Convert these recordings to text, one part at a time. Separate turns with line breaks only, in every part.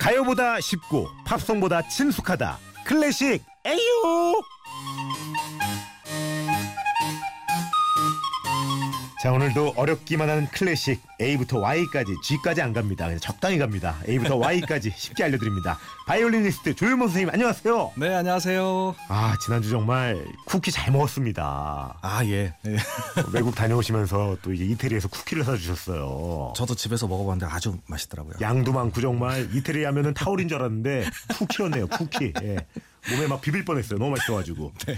팝보다 쉽고 팝송보다 친숙하다 클래식 에이오 자 오늘도 어렵기만 한 클래식 A부터 Y까지 G까지 안 갑니다 그냥 적당히 갑니다 A부터 Y까지 쉽게 알려드립니다 바이올리니스트 조윤모 선생님 안녕하세요
네, 안녕하세요.
아 지난주 정말 쿠키 잘 먹었습니다
아, 예. 네.
외국 다녀오시면서 또 이제 이태리에서 쿠키를 사주셨어요
저도 집에서 먹어봤는데 아주 맛있더라고요.
양도 많고 정말 이태리 하면은 타올인 줄 알았는데 쿠키였네요 쿠키 예. 몸에 막 비빌 뻔했어요 너무 맛있어가지고
네.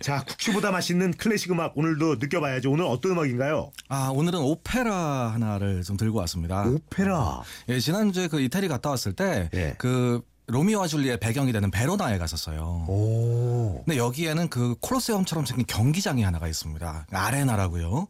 자 쿠키보다 맛있는 클래식 음악 오늘도 느껴봐야죠 오늘 어떤 음악인가요?
아, 오늘은 오페라 하나를 좀 들고 왔습니다.
오페라
예, 지난주에 그 이태리 갔다 왔을 때,
예.
그 로미오와 줄리엣 배경이 되는 베로나에 갔었어요.
오
근데 여기에는 그 콜로세움처럼 생긴 경기장이 하나가 있습니다. 아레나라고요.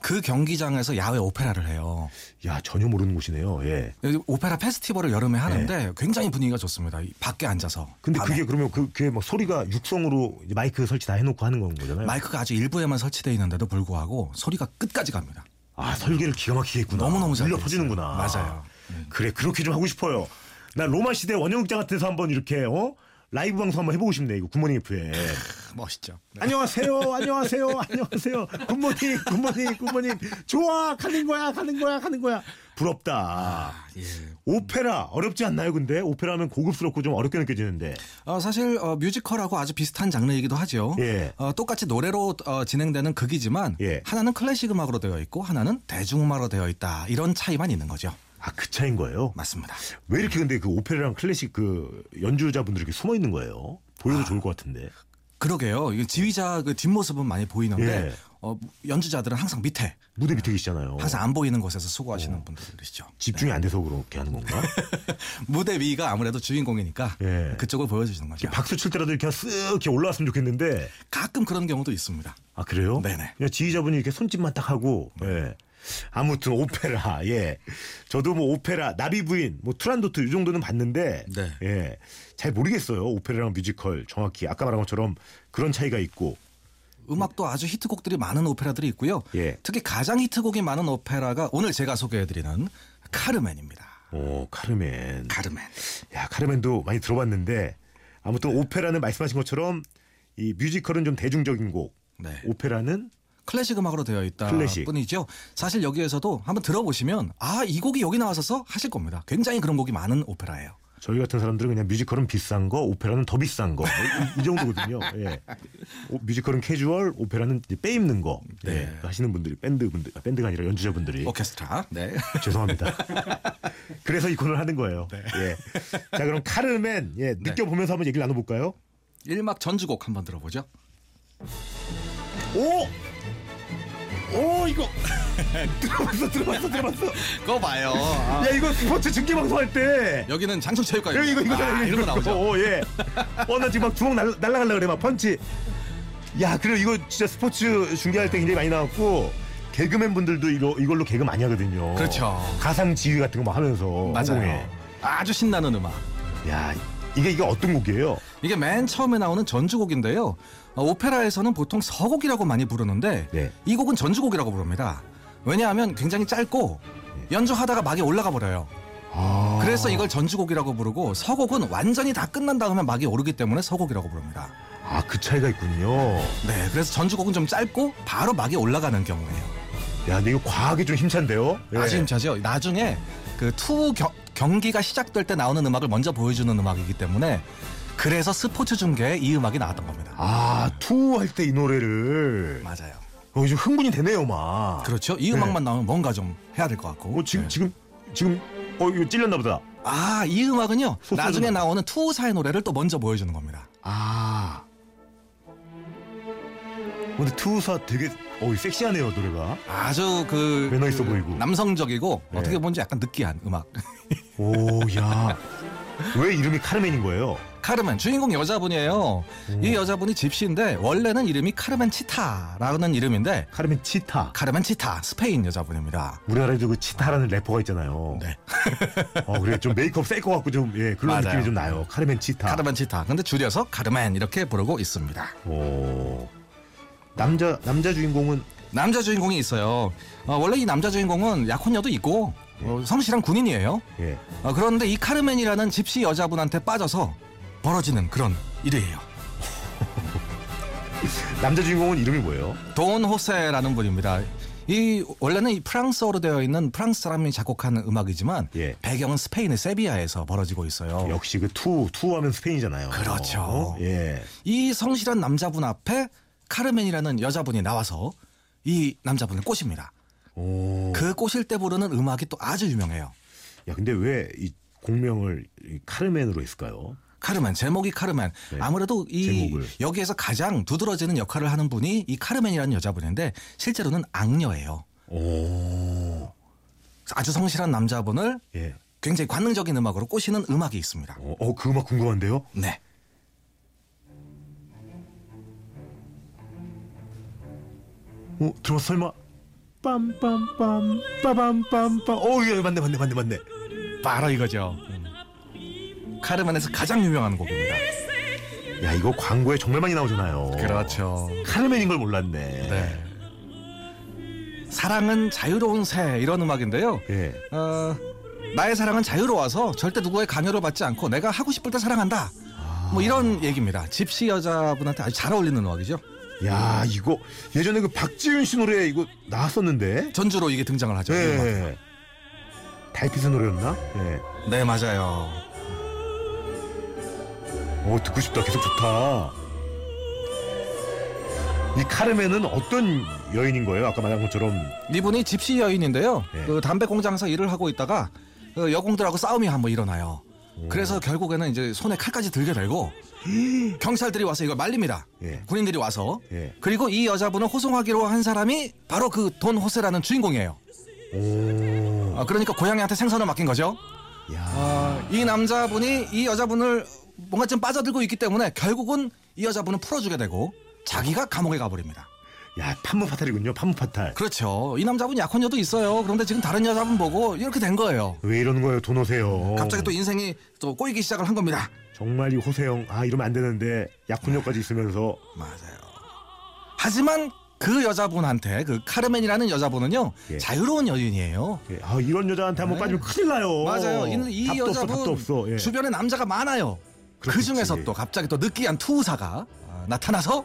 그 경기장에서 야외 오페라를 해요.
야 전혀 모르는 곳이네요. 예.
여기 오페라 페스티벌을 여름에 하는데 굉장히 분위기가 좋습니다. 이 밖에 앉아서. 네.
근데
밤에.
그게 그러면 그, 그게 막 소리가 육성으로 이제 마이크 설치 다 해놓고 하는 건 거잖아요.
마이크가 아주 일부에만 설치되어 있는데도 불구하고 소리가 끝까지 갑니다.
아 설계를 기가 막히게 했구나.
너무너무 잘
려
돼
퍼지는구나.
있어요. 맞아요. 음.
그래 그렇게 좀 하고 싶어요. 나 로마 시대 원형극장 같은 데서 한번 이렇게 어 라이브 방송 한번 해보고 싶네 이거 굿모닝 F에.
멋있죠. 네.
네. 안녕하세요, 안녕하세요, 안녕하세요. 굿모닝, 굿모닝, 굿모닝. 좋아, 가는 거야, 가는 거야, 가는 거야. 부럽다.
예.
오페라 어렵지 않나요? 근데 오페라면 고급스럽고 좀 어렵게 느껴지는데.
어, 사실 어, 뮤지컬하고 아주 비슷한 장르이기도 하죠.
예.
어, 똑같이 노래로 어, 진행되는 극이지만
예.
하나는 클래식 음악으로 되어 있고 하나는 대중음악으로 되어 있다. 이런 차이만 있는 거죠.
아 그 차인 거예요?
맞습니다.
왜 이렇게 근데 그 오페라랑 클래식 그 연주자분들이 이렇게 숨어 있는 거예요?
아.
보여도 좋을 것 같은데.
그러게요. 이게 지휘자 그 뒷모습은 많이 보이는데
예. 어.
어, 연주자들은 항상 밑에
무대 밑에 계시잖아요.
항상 안 보이는 곳에서
어.
수고하시는 분들이시죠.
집중이 안 돼서 그렇게 하는 건가?
무대 위가 아무래도 주인공이니까
예.
그쪽을 보여주시는 거죠.
박수 칠 때라도 이렇게 쓱 이렇게 올라왔으면 좋겠는데.
가끔 그런 경우도 있습니다.
아 그래요?
네네.
그냥 지휘자분이 이렇게 손짓만 딱 하고. 예. 아무튼 오페라 예 저도 뭐 오페라 나비 부인 뭐 투란도트 이 정도는 봤는데
네.
예잘 모르겠어요 오페라랑 뮤지컬 정확히 아까 말한 것처럼 그런 차이가 있고
음악도 아주 히트곡들이 많은 오페라들이 있고요.
예.
특히 가장 히트곡이 많은 오페라가 오늘 제가 소개해드리는 카르멘입니다.
오 카르멘
카르멘.
야 카르멘도 많이 들어봤는데 아무튼 오페라는 말씀하신 것처럼 이 뮤지컬은 좀 대중적인 곡,
네.
오페라는
클래식 음악으로 되어 있다
클래식.
뿐이죠. 사실 여기에서도 한번 들어보시면 아 이 곡이 여기 나왔어서 하실 겁니다. 굉장히 그런 곡이 많은 오페라예요.
저희 같은 사람들은 그냥 뮤지컬은 비싼 거, 오페라는 더 비싼 거, 뭐 이, 이 정도거든요. 예. 오, 뮤지컬은 캐주얼, 오페라는 이제 빼입는 거 예, 하시는 분들이 밴드 분들, 아, 밴드가 아니라 연주자분들이
오케스트라. 네.
죄송합니다. 그래서 이 코너를 하는 거예요. 예. 자 그럼 카르멘 예, 느껴보면서 한번 얘기를 나눠볼까요?
일막 전주곡 한번 들어보죠.
오, 오 이거 들어봤어, 들어봤어, 들어봤어.
그거 봐요.
야 이거 스포츠 중계 방송할 때
여기는 장충체육관.
이거 아. 이거 이거
아, 이런 거 나오죠.
오, 예. 어나 지금 막 주먹 날 날라갈라 그래 막 펀치. 야 그래 이거 진짜 스포츠 중계할 때 굉장히 많이 나왔고 개그맨 분들도 이거 이걸로 개그 많이 하거든요.
그렇죠.
가상 지휘 같은 거 막 하면서
맞아요.
항공에.
아주 신나는 음악.
야 이게 이게 어떤 곡이에요?
이게 맨 처음에 나오는 전주곡인데요. 어, 오페라에서는 보통 서곡이라고 많이 부르는데
네.
이 곡은 전주곡이라고 부릅니다. 왜냐하면 굉장히 짧고 연주하다가 막이 올라가 버려요.
아,
그래서 이걸 전주곡이라고 부르고 서곡은 완전히 다 끝난 다음에 막이 오르기 때문에 서곡이라고 부릅니다.
아그 차이가 있군요.
네, 그래서 전주곡은 좀 짧고 바로 막이 올라가는 경우예요.
야 근데 이거 과하게 좀 힘찬데요? 예.
아주 힘차죠. 나중에 그 투 경기가 시작될 때 나오는 음악을 먼저 보여주는 음악이기 때문에 그래서 스포츠 중계에 이 음악이 나왔던 겁니다.
아 투할 때 이 노래를
맞아요.
어, 좀 흥분이 되네요 막.
그렇죠. 이 음악만 나오면 뭔가 좀 해야 될 것 같고.
어 네. 지금
네.
지금 지금 어 이거 찔렸나 보다.
아, 이 음악은요.
소스는-
나중에 나오는 투우사의 노래를 또 먼저 보여주는 겁니다.
아. 근데 투우사 되게 어 섹시하네요 노래가.
아주 그
매너 있어
그
보이고.
남성적이고
네.
어떻게 보면 약간 느끼한 음악.
오야. 왜 이름이 카르멘인 거예요?
카르멘 주인공 여자분이에요. 이 여자분이 집시인데 원래는 이름이 카르멘 치타라는 이름인데
카르멘 치타.
카르멘 치타 스페인 여자분입니다.
우리나라에도 그 치타라는 래퍼가 있잖아요.
네.
어 그래 좀 메이크업 셀 것 같고 좀 예 그런
맞아요. 네.
느낌이 좀 나요. 카르멘 치타.
카르멘 치타. 근데 줄여서 카르멘 이렇게 부르고 있습니다.
오. 남자 남자 주인공은
남자 주인공이 있어요. 어, 원래 이 남자 주인공은 약혼녀도 있고 어, 성실한 군인이에요.
예.
어, 그런데 이 카르멘이라는 집시 여자분한테 빠져서 벌어지는 그런 일이에요.
남자 주인공은 이름이 뭐예요?
돈 호세라는 분입니다. 이 원래는 이 프랑스어로 되어 있는 프랑스 사람이 작곡한 음악이지만
예.
배경은 스페인의 세비야에서 벌어지고 있어요.
역시 그 투, 투하면 스페인이잖아요.
그렇죠.
어? 예.
이 성실한 남자분 앞에 카르멘이라는 여자분이 나와서 이 남자분을 꼬십니다.
오.
그 꼬실 때 부르는 음악이 또 아주 유명해요.
야, 근데 왜 이 공명을 이 카르멘으로 했을까요?
카르멘 제목이 카르멘
네.
아무래도 이
제목을.
여기에서 가장 두드러지는 역할을 하는 분이 이 카르멘이라는 여자분인데 실제로는 악녀예요.
오.
아주 성실한 남자분을
예.
굉장히 관능적인 음악으로 꼬시는 음악이 있습니다.
어, 어, 그 음악 궁금한데요?
네.
어, 들어 설마 빰빰빰 빠밤빰빰 어, 예, 맞네, 맞네, 맞네, 맞네.
바로 이거죠. 음. 카르멘에서 가장 유명한 곡입니다.
야, 이거 광고에 정말 많이 나오잖아요.
그렇죠.
카르멘인 걸 몰랐네.
네. 사랑은 자유로운 새 이런 음악인데요.
예.
어, 나의 사랑은 자유로워서 절대 누구의 강요를 받지 않고 내가 하고 싶을 때 사랑한다. 뭐 이런 얘기입니다. 집시 여자분한테 아주 잘 어울리는 음악이죠.
야, 이거 예전에 그 박지윤 씨 노래 이거 나왔었는데.
전주로 이게 등장을 하죠. 이 음악.
예. 달빛의 노래였나? 예.
네 맞아요.
오 어, 듣고 싶다 계속 좋다 이 카르멘은 어떤 여인인 거예요 아까 말한 것처럼
이분이 집시 여인인데요.
예.
그 담배 공장에서 일을 하고 있다가 그 여공들하고 싸움이 한번 일어나요. 그래서 결국에는 이제 손에 칼까지 들게 되고 경찰들이 와서 이걸 말립니다.
예.
군인들이 와서
예.
그리고 이 여자분을 호송하기로 한 사람이 바로 그 돈 호세라는 주인공이에요.
오
아, 그러니까 고양이한테 생선을 맡긴 거죠.
야.
아, 이 남자분이 이 여자분을 뭔가 좀 빠져들고 있기 때문에 결국은 이 여자분을 풀어주게 되고 자기가 감옥에 가버립니다.
야 판무파탈이군요 판무파탈
그렇죠. 이 남자분 약혼녀도 있어요. 그런데 지금 다른 여자분 보고 이렇게 된 거예요.
왜 이러는 거예요 돈 오세요
갑자기 또 인생이 또 꼬이기 시작을 한 겁니다.
정말 이 호세영 아 이러면 안 되는데 약혼녀까지 있으면서
맞아요. 하지만 그 여자분한테 그 카르멘이라는 여자분은요
예.
자유로운 여인이에요.
예, 아 이런 여자한테 한번
네.
빠지면 큰일 나요
맞아요. 이, 이
답도
여자분
없어 답도 없어 예.
주변에 남자가 많아요. 그
그렇겠지.
중에서 또 갑자기 또 느끼한 투우사가 아, 나타나서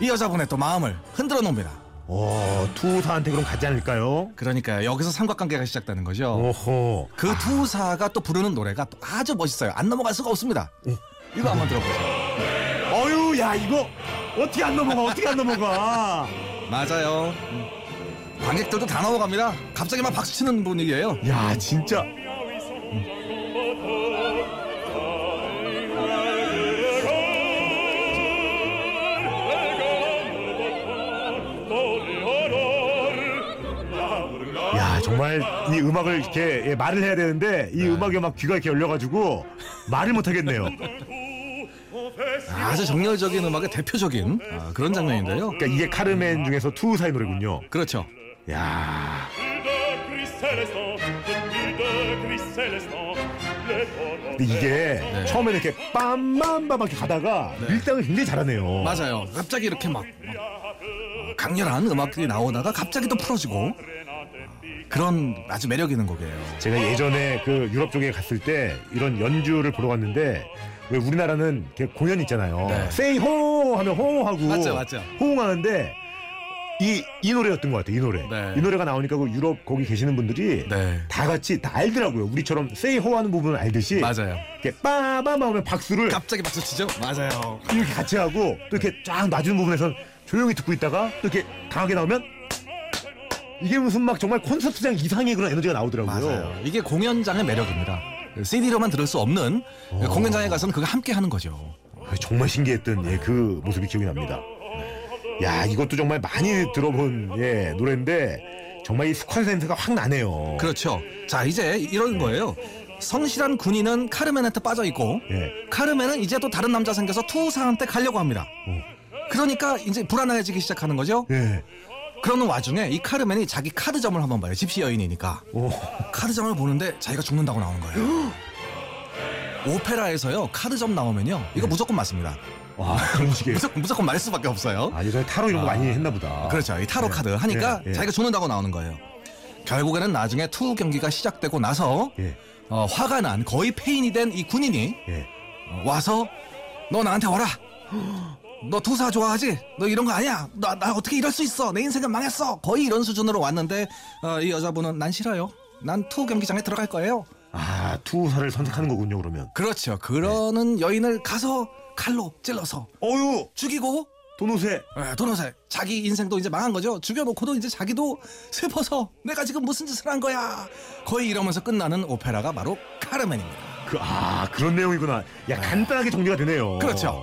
이 여자분의 또 마음을 흔들어 놓습니다.
어 투사한테 그럼 가지 않을까요
그러니까 여기서 삼각관계가 시작되는 거죠.
오호 아.
그 투우사가 또 부르는 노래가 또 아주 멋있어요. 안 넘어갈 수가 없습니다. 이거 한번 들어보세요.
어유 야 이거 어떻게 안 넘어가 어떻게 안 넘어가
맞아요. 음. 관객들도 다 넘어갑니다. 갑자기 막 박수 치는 분위기예요.
야 진짜 야 정말 이 음악을 이렇게 예, 말을 해야 되는데
네.
이 음악에 막 귀가 이렇게 열려가지고 말을 못 하겠네요.
아주 정열적인 음악의 대표적인 아, 그런 장면인데요.
그러니까 이게 카르멘 중에서 투우사의 노래군요.
그렇죠.
야 근데 이게
네.
처음에 이렇게 빰빰빰 이렇게 가다가 밀당을 굉장히 잘하네요.
맞아요. 갑자기 이렇게 막 강렬한 음악들이 나오다가 갑자기 또 풀어지고 그런 아주 매력 있는 곡이에요.
제가 예전에 그 유럽 쪽에 갔을 때 이런 연주를 보러 갔는데 왜 우리나라는 이렇게 공연 있잖아요.
네.
세이 호 하면 호하고
맞죠, 맞죠.
호응하는데 이, 이 노래였던 것 같아요. 이 노래.
네.
이 노래가 나오니까 그 유럽 거기 계시는 분들이
네.
다 같이 다 알더라고요. 우리처럼 세이 호 하는 부분을 알듯이
맞아요.
이렇게 빠밤 하면 박수를
갑자기 박수 치죠? 맞아요.
이렇게 같이 하고 또 이렇게 쫙 놔주는 부분에선 조용히 듣고 있다가 또 이렇게 강하게 나오면 이게 무슨 막 정말 콘서트장 이상의 그런 에너지가 나오더라고요.
맞아요. 이게 공연장의 매력입니다. 그 CD로만 들을 수 없는 공연장에 가서는 그거 함께 하는 거죠.
아, 정말 신기했던 예, 그 모습이 기억이 납니다. 네. 야 이것도 정말 많이 들어본 예, 노래인데 정말 이 스쿼트 냄새가 확 나네요.
그렇죠. 자, 이제 이런 거예요. 성실한 군인은 카르멘한테 빠져 있고
예.
카르멘은 이제 또 다른 남자 생겨서 투우사한테 가려고 합니다. 그러니까 이제 불안해지기 시작하는 거죠.
어, 예.
그러는 와중에 이 카르멘이 자기 카드점을 한번 봐요. 집시 여인이니까.
오.
카드점을 보는데 자기가 죽는다고 나오는 거예요. 오페라에서요 카드점 나오면요 이거
예.
무조건 맞습니다.
와 아, 그런 식의.
무조건 무조건 맞을 수밖에 없어요.
아 예전에 타로 이런 거 많이 했나 보다.
그렇죠. 이 타로 카드 하니까
예, 예.
자기가 죽는다고 나오는 거예요. 결국에는 나중에 투 경기가 시작되고 나서
예.
어, 화가 난 거의 폐인이 된 이 군인이
예.
어, 와서 너 나한테 와라. 너 투사 좋아하지? 너 이런 거 아니야? 나, 나 어떻게 이럴 수 있어? 내 인생은 망했어. 거의 이런 수준으로 왔는데 어, 이 여자분은 난 싫어요. 난 투 경기장에 들어갈 거예요.
아, 투사를 선택하는 거군요, 그러면.
그렇죠. 그러는 여인을 가서 칼로 찔러서
어유,
죽이고
도노새.
예, 도노새 자기 인생도 이제 망한 거죠. 죽여놓고도 이제 자기도 슬퍼서 내가 지금 무슨 짓을 한 거야. 거의 이러면서 끝나는 오페라가 바로 카르멘입니다.
그, 아, 그런 내용이구나. 야, 간단하게 정리가 되네요.
네. 그렇죠.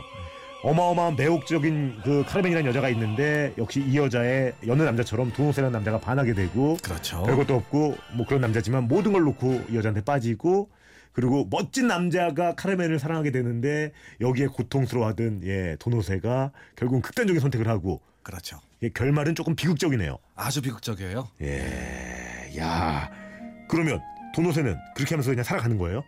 어마어마한 매혹적인 그 카르멘이라는 여자가 있는데 역시 이 여자의 여느 남자처럼 도노새라는 남자가 반하게 되고
그렇죠.
별것도 없고 뭐 그런 남자지만 모든 걸 놓고 이 여자한테 빠지고 그리고 멋진 남자가 카르멘을 사랑하게 되는데 여기에 고통스러워하던 예 도노세가 결국은 극단적인 선택을 하고
그렇죠.
예, 결말은 조금 비극적이네요.
아주 비극적이에요.
예, 야 그러면 도노세는 그렇게 하면서 그냥 살아가는 거예요?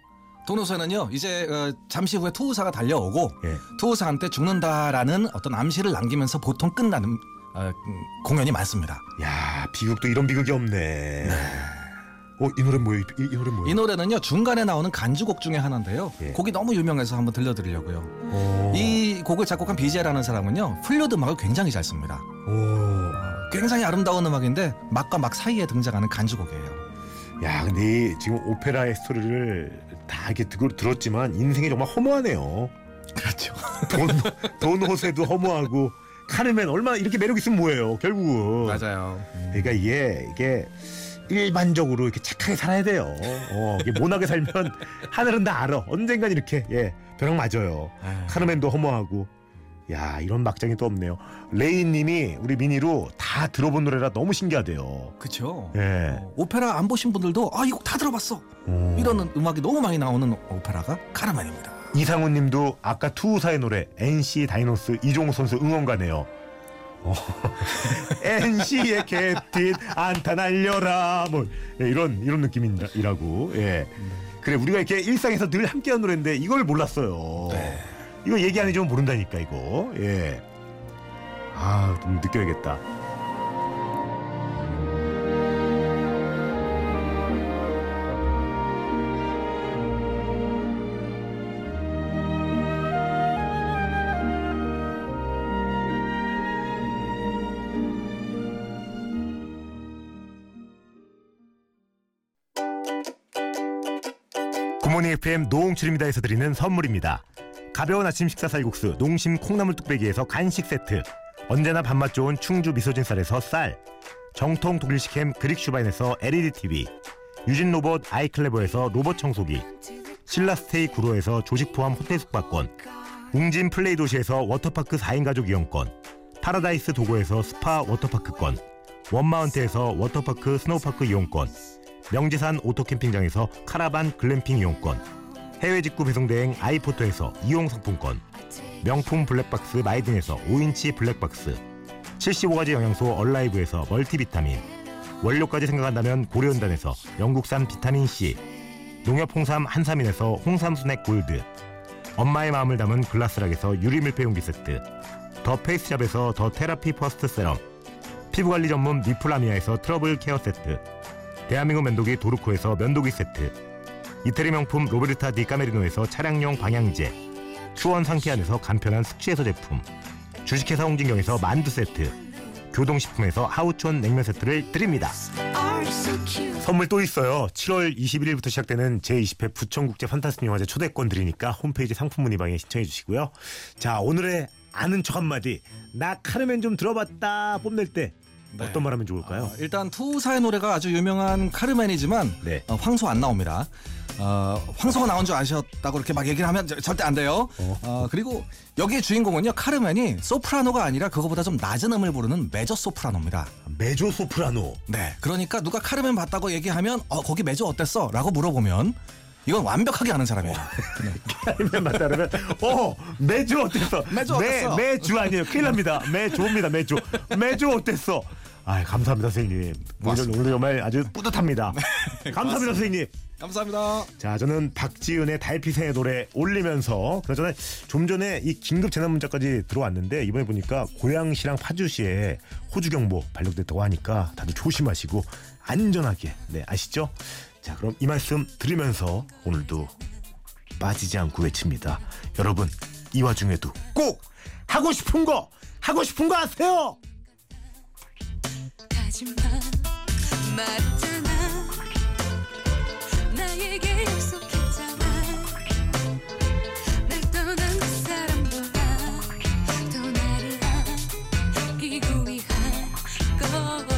도노새는요 이제 어, 잠시 후에 투우사가 달려오고
예,
투우사한테 죽는다라는 어떤 암시를 남기면서 보통 끝나는 어, 음, 공연이 많습니다.
야 비극도 이런 비극이 없네. 어이 노래 뭐예요? 이, 이 노래 뭐예요?
이 노래는요 중간에 나오는 간주곡 중에 하나인데요.
음. 예.
곡이 너무 유명해서 한번 들려드리려고요.
오,
이 곡을 작곡한 비제라는 사람은요 플루드 음악을 굉장히 잘 씁니다.
오.
굉장히 아름다운 음악인데 막과 막 사이에 등장하는 간주곡이에요.
야 근데 이 지금 오페라의 스토리를 다 이렇게 들- 들었지만 인생이 정말 허무하네요.
그렇죠.
돈, 돈 호세도 허무하고 카르멘 얼마나 이렇게 매력 있으면 뭐예요 결국은
맞아요.
그러니까 이게 이게 일반적으로 이렇게 착하게 살아야 돼요 어, 이게 모나게 살면 하늘은 다 알아 언젠간 이렇게 예 벼락 맞아요 카르멘도 허무하고 야 이런 막장이 또 없네요 레이님이 우리 미니로 다 들어본 노래라 너무 신기하대요
그렇죠.
예
오페라 안 보신 분들도 아 이 곡 다 들어봤어.
어.
이런 음악이 너무 많이 나오는 오페라가 카르멘입니다.
이상훈님도 아까 투우사의 노래 NC 다이노스 이종우 선수 응원가네요. 어. NC의 캡틴 안타 날려라 뭐 예, 이런 이런 느낌이라고 예 그래 우리가 이렇게 일상에서 늘 함께하는 노래인데 이걸 몰랐어요
네.
이거 얘기 안 해주면 모른다니까 이거 예아좀 아, 느껴야겠다 구모니 FM 노홍철입니다에서 드리는 선물입니다. 가벼운 아침 식사 쌀국수 농심 콩나물 뚝배기에서 간식 세트 언제나 밥맛 좋은 충주 미소진 쌀에서 쌀 정통 독일식 햄 그릭 슈바인에서 LED TV 유진 로봇 아이클레버에서 로봇 청소기 신라 스테이 구로에서 조식 포함 호텔 숙박권 웅진 플레이 도시에서 워터파크 4인 가족 이용권 파라다이스 도고에서 스파 워터파크권 원마운트에서 워터파크 스노우파크 이용권 명지산 오토캠핑장에서 카라반 글램핑 이용권 해외 직구 배송대행 아이포토에서 이용 상품권 명품 블랙박스 마이든에서 5인치 블랙박스 75가지 영양소 얼라이브에서 멀티비타민 원료까지 생각한다면 고려은단에서 영국산 비타민C 농협 홍삼 한삼인에서 홍삼 스낵 골드 엄마의 마음을 담은 글라스락에서 유리 밀폐용기 세트 더 페이스샵에서 더 테라피 퍼스트 세럼 피부관리 전문 미플라미아에서 트러블 케어 세트 대한민국 면도기 도르코에서 면도기 세트 이태리 명품 로베르타 디카메리노에서 차량용 방향제 수원 상쾌한에서 간편한 숙취해소 제품 주식회사 홍진경에서 만두 세트 교동식품에서 하우촌 냉면 세트를 드립니다
are so cute.
선물 또 있어요 7월 21일부터 시작되는 제20회 부천국제 판타스틱 영화제 초대권 드리니까 홈페이지 상품 문의방에 신청해 주시고요 자 오늘의 아는 척 한마디 나 카르멘 좀 들어봤다 뽐낼 때 어떤 말 하면 좋을까요?
어, 일단 투사의 노래가 아주 유명한 카르멘이지만
네.
어, 황소 안 나옵니다. 어, 황소가 나온 줄 아셨다고 이렇게 막 얘기를 하면 저- 절대 안 돼요.
어.
어, 그리고 여기의 주인공은요 카르멘이 소프라노가 아니라 그거보다 좀 낮은 음을 부르는 메저 소프라노입니다.
메조 소프라노
네, 그러니까 누가 카르멘 봤다고 얘기하면 어 거기 메저 어땠어?라고 물어보면 이건 완벽하게 아는 사람이에요.
카르멘 맞다르면 어 매주 어땠어?
매주 어땠어?
매, 매주 아니에요. 큰일 납니다. 매주입니다. 매주. 매주 어땠어? 아 감사합니다 선생님. 오늘,
고맙습니다. 네.
오늘 정말 아주 뿌듯합니다. 감사합니다 선생님.
감사합니다.
자 저는 박지은의 달빛의 노래 올리면서 그나저나 좀 전에 이 긴급 재난 문자까지 들어왔는데 이번에 보니까 고양시랑 파주시에 호주 경보 발령됐다고 하니까 다들 조심하시고 안전하게 네 아시죠? 자 그럼 이 말씀 드리면서 오늘도 빠지지 않고 외칩니다. 여러분 이 와중에도 꼭 하고 싶은 거 하고 싶은 거 하세요.
하지마 말했잖아 나에게 약속했잖아 날 떠난 그 사람보다 더 나를 아끼고 위한 걸